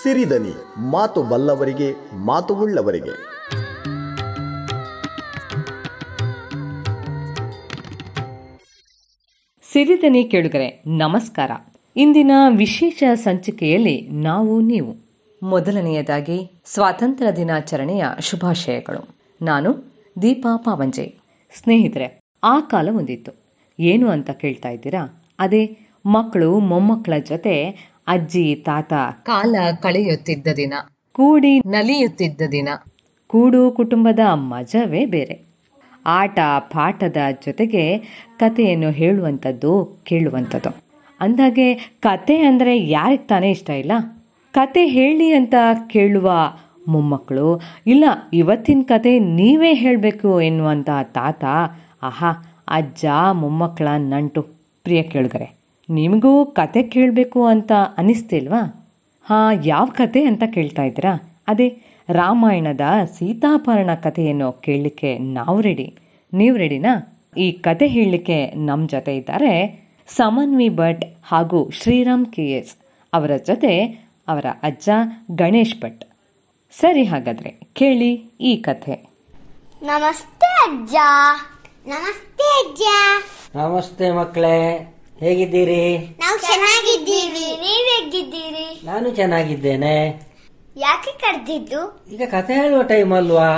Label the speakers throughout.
Speaker 1: ಸಿರಿದನಿ ಮಾತು ಬಲ್ಲವರಿಗೆ ಮಾತು ಉಳ್ಳವರಿಗೆ
Speaker 2: ಸಿರಿದನಿ ಕೇಳುಗರೆ ನಮಸ್ಕಾರ ಇಂದಿನ ವಿಶೇಷ ಸಂಚಿಕೆಯಲ್ಲಿ ನಾವು ನೀವು ಮೊದಲನೆಯದಾಗಿ ಸ್ವಾತಂತ್ರ್ಯ ದಿನಾಚರಣೆಯ ಶುಭಾಶಯಗಳು ನಾನು ದೀಪಾ ಪಾವಂಜೆ ಸ್ನೇಹಿತರೆ ಆ ಕಾಲ ಒಂದಿತ್ತು ಏನು ಅಂತ ಕೇಳ್ತಾ ಇದ್ದೀರಾ ಅದೇ ಮಕ್ಕಳು ಮೊಮ್ಮಕ್ಕಳ ಜೊತೆ ಅಜ್ಜಿ ತಾತ
Speaker 3: ಕಾಲ ಕಳೆಯುತ್ತಿದ್ದ ದಿನ
Speaker 2: ಕೂಡಿ
Speaker 3: ನಲಿಯುತ್ತಿದ್ದ ದಿನ
Speaker 2: ಕೂಡು ಕುಟುಂಬದ ಮಜವೇ ಬೇರೆ ಆಟ ಪಾಠದ ಜೊತೆಗೆ ಕಥೆಯನ್ನು ಹೇಳುವಂಥದ್ದು ಕೇಳುವಂಥದ್ದು ಅಂದಾಗೆ ಕತೆ ಅಂದರೆ ಯಾರಿಗೆ ತಾನೇ ಇಷ್ಟ ಇಲ್ಲ ಕತೆ ಹೇಳಿ ಅಂತ ಕೇಳುವ ಮೊಮ್ಮಕ್ಕಳು ಇಲ್ಲ ಇವತ್ತಿನ ಕತೆ ನೀವೇ ಹೇಳಬೇಕು ಎನ್ನುವಂಥ ತಾತ ಆಹಾ ಅಜ್ಜ ಮೊಮ್ಮಕ್ಕಳ ನಂಟು ಪ್ರಿಯ ಕೇಳಿದರೆ ನಿಮಗೂ ಕತೆ ಕೇಳಬೇಕು ಅಂತ ಅನಿಸ್ತಿಲ್ವಾ ಹಾಂ ಯಾವ ಕತೆ ಅಂತ ಕೇಳ್ತಾ ಇದ್ದೀರಾ ಅದೇ ರಾಮಾಯಣದ ಸೀತಾಪಹರಣ ಕಥೆಯನ್ನು ಕೇಳಲಿಕ್ಕೆ ನಾವು ರೆಡಿ ನೀವು ರೆಡಿನಾ ಈ ಕತೆ ಹೇಳಲಿಕ್ಕೆ ನಮ್ಮ ಜೊತೆ ಇದ್ದಾರೆ ಸಮನ್ವಿ ಭಟ್ ಹಾಗೂ ಶ್ರೀರಾಮ್ ಕೆ ಎಸ್ ಅವರ ಜೊತೆ ಅವರ ಅಜ್ಜ ಗಣೇಶ್ ಭಟ್ ಸರಿ ಹಾಗಾದರೆ ಕೇಳಿ ಈ ಕಥೆ
Speaker 4: ನಮಸ್ತೆ ಅಜ್ಜ ನಮಸ್ತೆ ಅಜ್ಜ
Speaker 5: ನಮಸ್ತೆ ಮಕ್ಕಳೇ ಹೇಗಿದ್ದೀರಿ
Speaker 4: ನಾವು ಚೆನ್ನಾಗಿದ್ದೀವಿ ನೀವ್ ಹೇಗಿದ್ದೀರಿ
Speaker 5: ನಾನು ಚೆನ್ನಾಗಿದ್ದೇನೆ
Speaker 4: ಯಾಕೆ ಕರೆದಿದ್ದು
Speaker 5: ಈಗ ಕಥೆ ಹೇಳುವ ಟೈಮ್ ಅಲ್ವಾ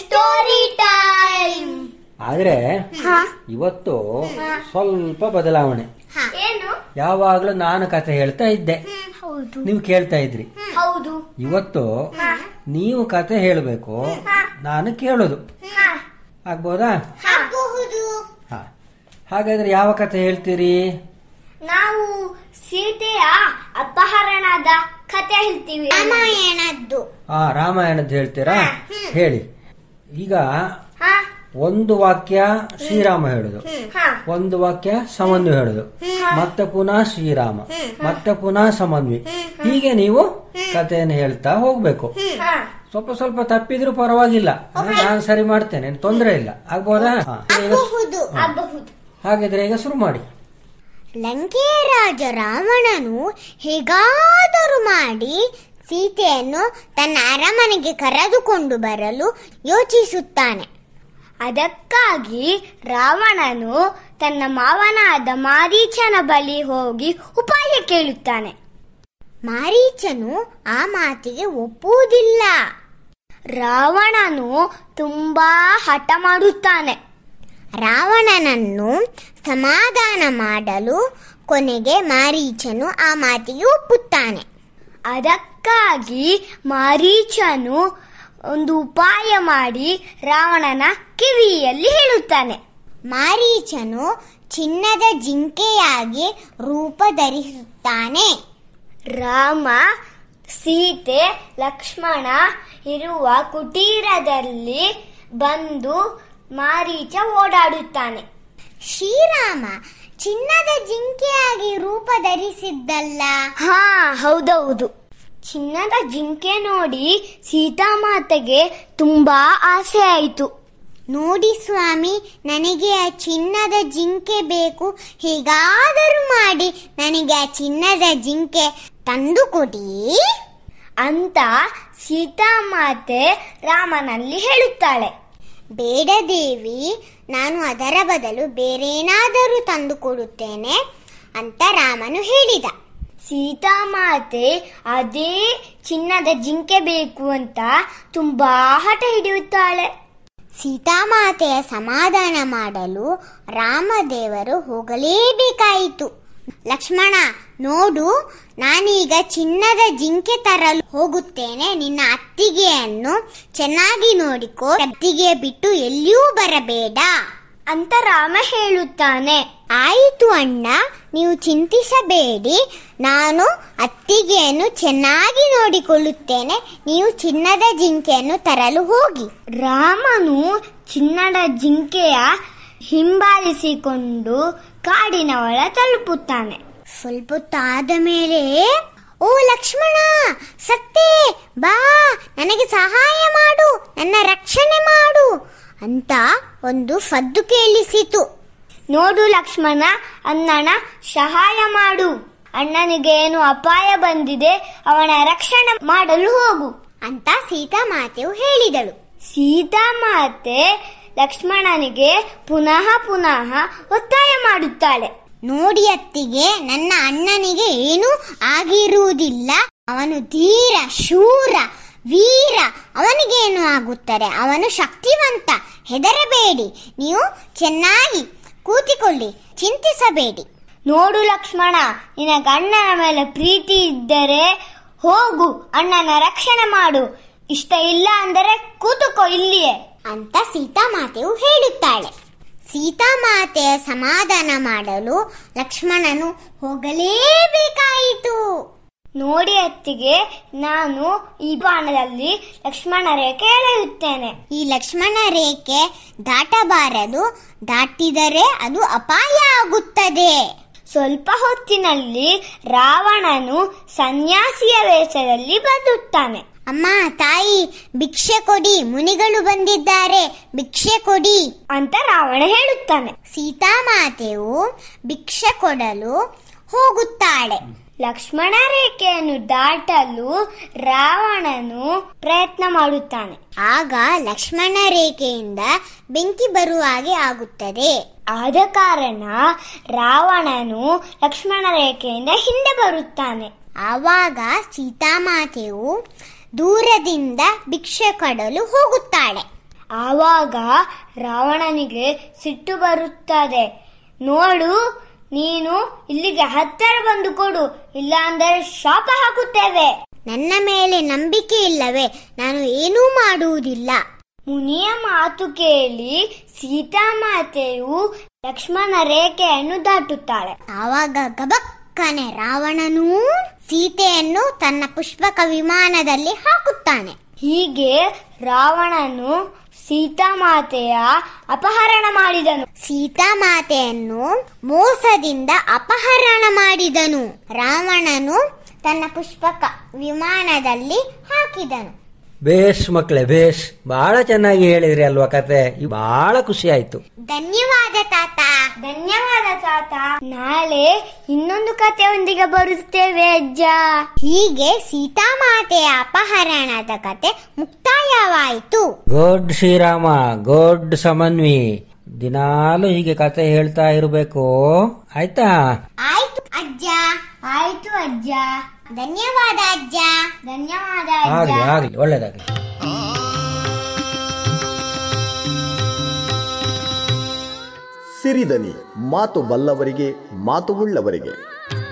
Speaker 4: ಸ್ಟೋರಿ ಟೈಮ್
Speaker 5: ಆದ್ರೆ ಇವತ್ತು ಸ್ವಲ್ಪ ಬದಲಾವಣೆ
Speaker 4: ಏನು
Speaker 5: ಯಾವಾಗ್ಲೂ ನಾನು ಕಥೆ ಹೇಳ್ತಾ ಇದ್ದೆ
Speaker 4: ಹೌದು
Speaker 5: ನೀವು ಕೇಳ್ತಾ ಇದ್ರಿ
Speaker 4: ಹೌದು
Speaker 5: ಇವತ್ತು ನೀವು ಕಥೆ ಹೇಳಬೇಕು ನಾನು ಕೇಳೋದು ಆಗ್ಬೋದಾ
Speaker 4: ಹಾಕಬಹುದು
Speaker 5: ಹಾ ಹಾಗಾದ್ರೆ ಯಾವ ಕಥೆ ಹೇಳ್ತೀರಿ
Speaker 4: ನಾವು ಸೀತೆಯ ಅಪಹರಣದ ಕಥೆ ಹೇಳ್ತೀವಿ ರಾಮಾಯಣದ್ದು
Speaker 5: ಆ ರಾಮಾಯಣದ ಹೇಳ್ತೀರಾ ಹೇಳಿ ಈಗ
Speaker 4: ಹಾ
Speaker 5: ಒಂದು ವಾಕ್ಯ ಶ್ರೀರಾಮ ಹೇಳುದು
Speaker 4: ಹಾ
Speaker 5: ಒಂದು ವಾಕ್ಯ ಸಮನ್ವಿ ಹೇಳುದು ಮತ್ತೆ ಪುನಃ ಶ್ರೀರಾಮ ಮತ್ತೆ ಪುನಃ ಸಮನ್ವಿ ಹೀಗೆ ನೀವು ಕಥೆಯನ್ನು ಹೇಳ್ತಾ ಹೋಗ್ಬೇಕು
Speaker 4: ಹಾ
Speaker 5: ಸ್ವಲ್ಪ ಸ್ವಲ್ಪ ತಪ್ಪಿದ್ರೂ ಪರವಾಗಿಲ್ಲ ನಾನು ಸರಿ ಮಾಡ್ತೇನೆ ತೊಂದರೆ ಇಲ್ಲ ಆಗ್ಬೋದಾ ಹಾ. ಈಗ
Speaker 4: ಬಹುದು ಆಗಬಹುದು
Speaker 5: ಹಾಗಿದ್ರೆ ಈಗ ಶುರು ಮಾಡಿ
Speaker 4: ಲಂಕೆಯ ರಾಜ ರಾವಣನು ಹೇಗಾದರೂ ಮಾಡಿ ಸೀತೆಯನ್ನು ತನ್ನ ಅರಮನೆಗೆ ಕರೆದುಕೊಂಡು ಬರಲು ಯೋಚಿಸುತ್ತಾನೆ ಅದಕ್ಕಾಗಿ ರಾವಣನು ತನ್ನ ಮಾವನಾದ ಮಾರೀಚನ ಬಳಿ ಹೋಗಿ ಉಪಾಯ ಕೇಳುತ್ತಾನೆ ಮಾರೀಚನು ಆ ಮಾತಿಗೆ ಒಪ್ಪುವುದಿಲ್ಲ ರಾವಣನು ತುಂಬಾ ಹಠ ಮಾಡುತ್ತಾನೆ ರಾವಣನನ್ನು ಸಮಾಧಾನ ಮಾಡಲು ಕೊನೆಗೆ ಮಾರೀಚನು ಆ ಮಾತಿಗೆ ಒಪ್ಪುತ್ತಾನೆ ಅದಕ್ಕಾಗಿ ಮಾರೀಚನು ಒಂದು ಉಪಾಯ ಮಾಡಿ ರಾವಣನ ಕಿವಿಯಲ್ಲಿ ಹೇಳುತ್ತಾನೆ ಮಾರೀಚನು ಚಿನ್ನದ ಜಿಂಕೆಯಾಗಿ ರೂಪ ಧರಿಸುತ್ತಾನೆ ರಾಮ ಸೀತೆ ಲಕ್ಷ್ಮಣ ಇರುವ ಕುಟೀರದಲ್ಲಿ ಬಂದು ಮಾರೀಚ ಓಡಾಡುತ್ತಾನೆ ಶ್ರೀರಾಮ ಚಿನ್ನದ ಜಿಂಕೆಯಾಗಿ ರೂಪ ಧರಿಸಿದ್ದಲ್ಲ ಹಾ ಹೌದೌದು ಚಿನ್ನದ ಜಿಂಕೆ ನೋಡಿ ಸೀತಾಮಾತೆಗೆ ತುಂಬಾ ಆಸೆ ಆಯಿತು ನೋಡಿ ಸ್ವಾಮಿ ನನಗೆ ಆ ಚಿನ್ನದ ಜಿಂಕೆ ಬೇಕು ಹೇಗಾದರೂ ಮಾಡಿ ನನಗೆ ಆ ಚಿನ್ನದ ಜಿಂಕೆ ತಂದು ಕೊಡಿ ಅಂತ ಸೀತಾಮಾತೆ ರಾಮನಲ್ಲಿ ಹೇಳುತ್ತಾಳೆ ಬೇಡ ದೇವಿ ನಾನು ಅದರ ಬದಲು ಬೇರೇನಾದರೂ ತಂದುಕೊಡುತ್ತೇನೆ ಅಂತ ರಾಮನು ಹೇಳಿದ ಸೀತಾಮಾತೆ ಅದೇ ಚಿನ್ನದ ಜಿಂಕೆ ಬೇಕು ಅಂತ ತುಂಬಾ ಹಠ ಹಿಡಿಯುತ್ತಾಳೆ ಸೀತಾಮಾತೆಯ ಸಮಾಧಾನ ಮಾಡಲು ರಾಮದೇವರು ಹೋಗಲೇಬೇಕಾಯಿತು ಲಕ್ಷ್ಮಣ ನೋಡು ನಾನೀಗ ಚಿನ್ನದ ಜಿಂಕೆ ತರಲು ಹೋಗುತ್ತೇನೆ ನಿನ್ನ ಅತ್ತಿಗೆಯನ್ನು ಚೆನ್ನಾಗಿ ನೋಡಿಕೋ ಅತ್ತಿಗೆ ಬಿಟ್ಟು ಎಲ್ಲಿಯೂ ಬರಬೇಡ ಅಂತ ರಾಮ ಹೇಳುತ್ತಾನೆ ಆಯಿತು ಅಣ್ಣ ನೀವು ಚಿಂತಿಸಬೇಡಿ ನಾನು ಅತ್ತಿಗೆಯನ್ನು ಚೆನ್ನಾಗಿ ನೋಡಿಕೊಳ್ಳುತ್ತೇನೆ ನೀವು ಚಿನ್ನದ ಜಿಂಕೆಯನ್ನು ತರಲು ಹೋಗಿ ರಾಮನು ಚಿನ್ನದ ಜಿಂಕೆಯ ಹಿಂಬಾಲಿಸಿಕೊಂಡು ಕಾಡಿನ ಒಳ ತಲುಪುತ್ತಾನೆ ಸ್ವಲ್ಪ ಹೊತ್ತಾದ ಮೇಲೆ ಓ ಲಕ್ಷ್ಮಣ ಸತ್ತೆ ಬಾ ನನಗೆ ಸಹಾಯ ಮಾಡು ನನ್ನ ರಕ್ಷಣೆ ಮಾಡು ಅಂತ ಒಂದು ಸದ್ದು ಕೇಳಿಸಿತು ನೋಡು ಲಕ್ಷ್ಮಣ ಅನ್ನನ ಸಹಾಯ ಮಾಡು ಅಣ್ಣನಿಗೆ ಏನು ಅಪಾಯ ಬಂದಿದೆ ಅವನ ರಕ್ಷಣೆ ಮಾಡಲು ಹೋಗು ಅಂತ ಸೀತಾಮಾತೆಯು ಹೇಳಿದಳು ಸೀತಾಮಾತೆ ಲಕ್ಷ್ಮಣನಿಗೆ ಪುನಃ ಪುನಃ ಒತ್ತಾಯ ಮಾಡುತ್ತಾಳೆ ನೋಡಿ ಅತ್ತಿಗೆ ನನ್ನ ಅಣ್ಣನಿಗೆ ಏನೂ ಆಗಿರುವುದಿಲ್ಲ ಅವನು ಧೀರ ಶೂರ ವೀರ ಅವನಿಗೇನು ಆಗುತ್ತದೆ ಅವನು ಶಕ್ತಿವಂತ ಹೆದರಬೇಡಿ ನೀವು ಚೆನ್ನಾಗಿ ಕೂತಿಕೊಳ್ಳಿ ಚಿಂತಿಸಬೇಡಿ ನೋಡು ಲಕ್ಷ್ಮಣ ನಿನಗೆ ಅಣ್ಣನ ಮೇಲೆ ಪ್ರೀತಿ ಇದ್ದರೆ ಹೋಗು ಅಣ್ಣನ ರಕ್ಷಣೆ ಮಾಡು ಇಷ್ಟ ಇಲ್ಲ ಅಂದರೆ ಕೂತುಕೋ ಇಲ್ಲಿಯೇ ಅಂತ ಸೀತಾಮಾತೆಯು ಹೇಳುತ್ತಾಳೆ ಸೀತಾಮಾತೆಯ ಸಮಾಧಾನ ಮಾಡಲು ಲಕ್ಷ್ಮಣನು ಹೋಗಲೇಬೇಕಾಯಿತು ನೋಡಿ ಅತ್ತಿಗೆ ನಾನು ಈ ಬಾಣದಲ್ಲಿ ಲಕ್ಷ್ಮಣ ರೇಖೆ ಎಳೆಯುತ್ತೇನೆ ಈ ಲಕ್ಷ್ಮಣ ರೇಖೆ ದಾಟಬಾರದು ದಾಟಿದರೆ ಅದು ಅಪಾಯ ಆಗುತ್ತದೆ ಸ್ವಲ್ಪ ಹೊತ್ತಿನಲ್ಲಿ ರಾವಣನು ಸನ್ಯಾಸಿಯ ವೇಷದಲ್ಲಿ ಬಂದುತ್ತಾನೆ ಅಮ್ಮ ತಾಯಿ ಭಿಕ್ಷೆ ಕೊಡಿ ಮುನಿಗಳು ಬಂದಿದ್ದಾರೆ ಭಿಕ್ಷೆ ಕೊಡಿ ಅಂತ ರಾವಣ ಹೇಳುತ್ತಾನೆ ಸೀತಾಮಾತೆಯು ಭಿಕ್ಷೆ ಕೊಡಲು ಹೋಗುತ್ತಾಳೆ ಲಕ್ಷ್ಮಣ ರೇಖೆಯನ್ನು ದಾಟಲು ರಾವಣನು ಪ್ರಯತ್ನ ಮಾಡುತ್ತಾನೆ ಆಗ ಲಕ್ಷ್ಮಣ ರೇಖೆಯಿಂದ ಬೆಂಕಿ ಬರುವ ಹಾಗೆ ಆಗುತ್ತದೆ ಆದ ಕಾರಣ ರಾವಣನು ಲಕ್ಷ್ಮಣ ರೇಖೆಯಿಂದ ಹಿಂದೆ ಬರುತ್ತಾನೆ ಆವಾಗ ಸೀತಾಮಾತೆಯು ದೂರದಿಂದ ಭಿಕ್ಷೆ ಕಡಲು ಹೋಗುತ್ತಾಳೆ ಆವಾಗ ರಾವಣನಿಗೆ ಸಿಟ್ಟು ಬರುತ್ತದೆ ನೋಡು ನೀನು ಇಲ್ಲಿಗೆ ಹತ್ತಿರ ಬಂದು ಕೊಡು ಇಲ್ಲಾಂದರೆ ಶಾಪ ಹಾಕುತ್ತೇವೆ ನನ್ನ ಮೇಲೆ ನಂಬಿಕೆ ಇಲ್ಲವೇ ನಾನು ಏನೂ ಮಾಡುವುದಿಲ್ಲ ಮುನಿಯ ಮಾತು ಕೇಳಿ ಸೀತಾಮಾತೆಯು ಲಕ್ಷ್ಮಣ ರೇಖೆಯನ್ನು ದಾಟುತ್ತಾಳೆ ಆವಾಗ ಗಬಕ್ಕನೆ ರಾವಣನೂ ಸೀತೆಯನ್ನು ತನ್ನ ಪುಷ್ಪಕ ವಿಮಾನದಲ್ಲಿ ಹಾಕುತ್ತಾನೆ ಹೀಗೆ ರಾವಣನು ಸೀತಾಮಾತೆಯ ಅಪಹರಣ ಮಾಡಿದನು ಸೀತಾಮಾತೆಯನ್ನು ಮೋಸದಿಂದ ಅಪಹರಣ ಮಾಡಿದನು ರಾವಣನು ತನ್ನ ಪುಷ್ಪಕ ವಿಮಾನದಲ್ಲಿ ಹಾಕಿದನು
Speaker 5: ಬೇಷ್ ಮಕ್ಕಳೇ ಬೇಷ್ ಬಹಳ ಚೆನ್ನಾಗಿ ಹೇಳಿದ್ರಿ ಅಲ್ವಾ ಕತೆ ಇ- ಬಹಳ ಖುಷಿ ಆಯ್ತು
Speaker 4: ಧನ್ಯವಾದ ತಾತ ಧನ್ಯವಾದ ತಾತ ನಾಳೆ ಇನ್ನೊಂದು ಕಥೆಯೊಂದಿಗೆ ಬರುತ್ತೇವೆ ಅಜ್ಜ ಹೀಗೆ ಸೀತಾಮಾತೆಯ ಅಪಹರಣದ ಕತೆ ಮುಕ್ತಾಯವಾಯಿತು
Speaker 5: ಗೋಡ್ ಶ್ರೀರಾಮ ಗೋಡ್ ಸಮನ್ವಿ ದಿನಾಲು ಹೀಗೆ ಕತೆ ಹೇಳ್ತಾ ಇರಬೇಕು ಆಯ್ತಾ
Speaker 4: ಆಯ್ತು ಅಜ್ಜ ಆಯ್ತು ಅಜ್ಜ ಧನ್ಯವಾದ ಅಜ್ಜ ಧನ್ಯವಾದ
Speaker 5: ಆಗ್ಲಿ ಆಗ್ಲಿ ಒಳ್ಳೇದಾಗ್ಲಿ
Speaker 1: ಸಿರಿದನಿ ಮಾತು ಬಲ್ಲವರಿಗೆ ಮಾತು ಉಳ್ಳವರಿಗೆ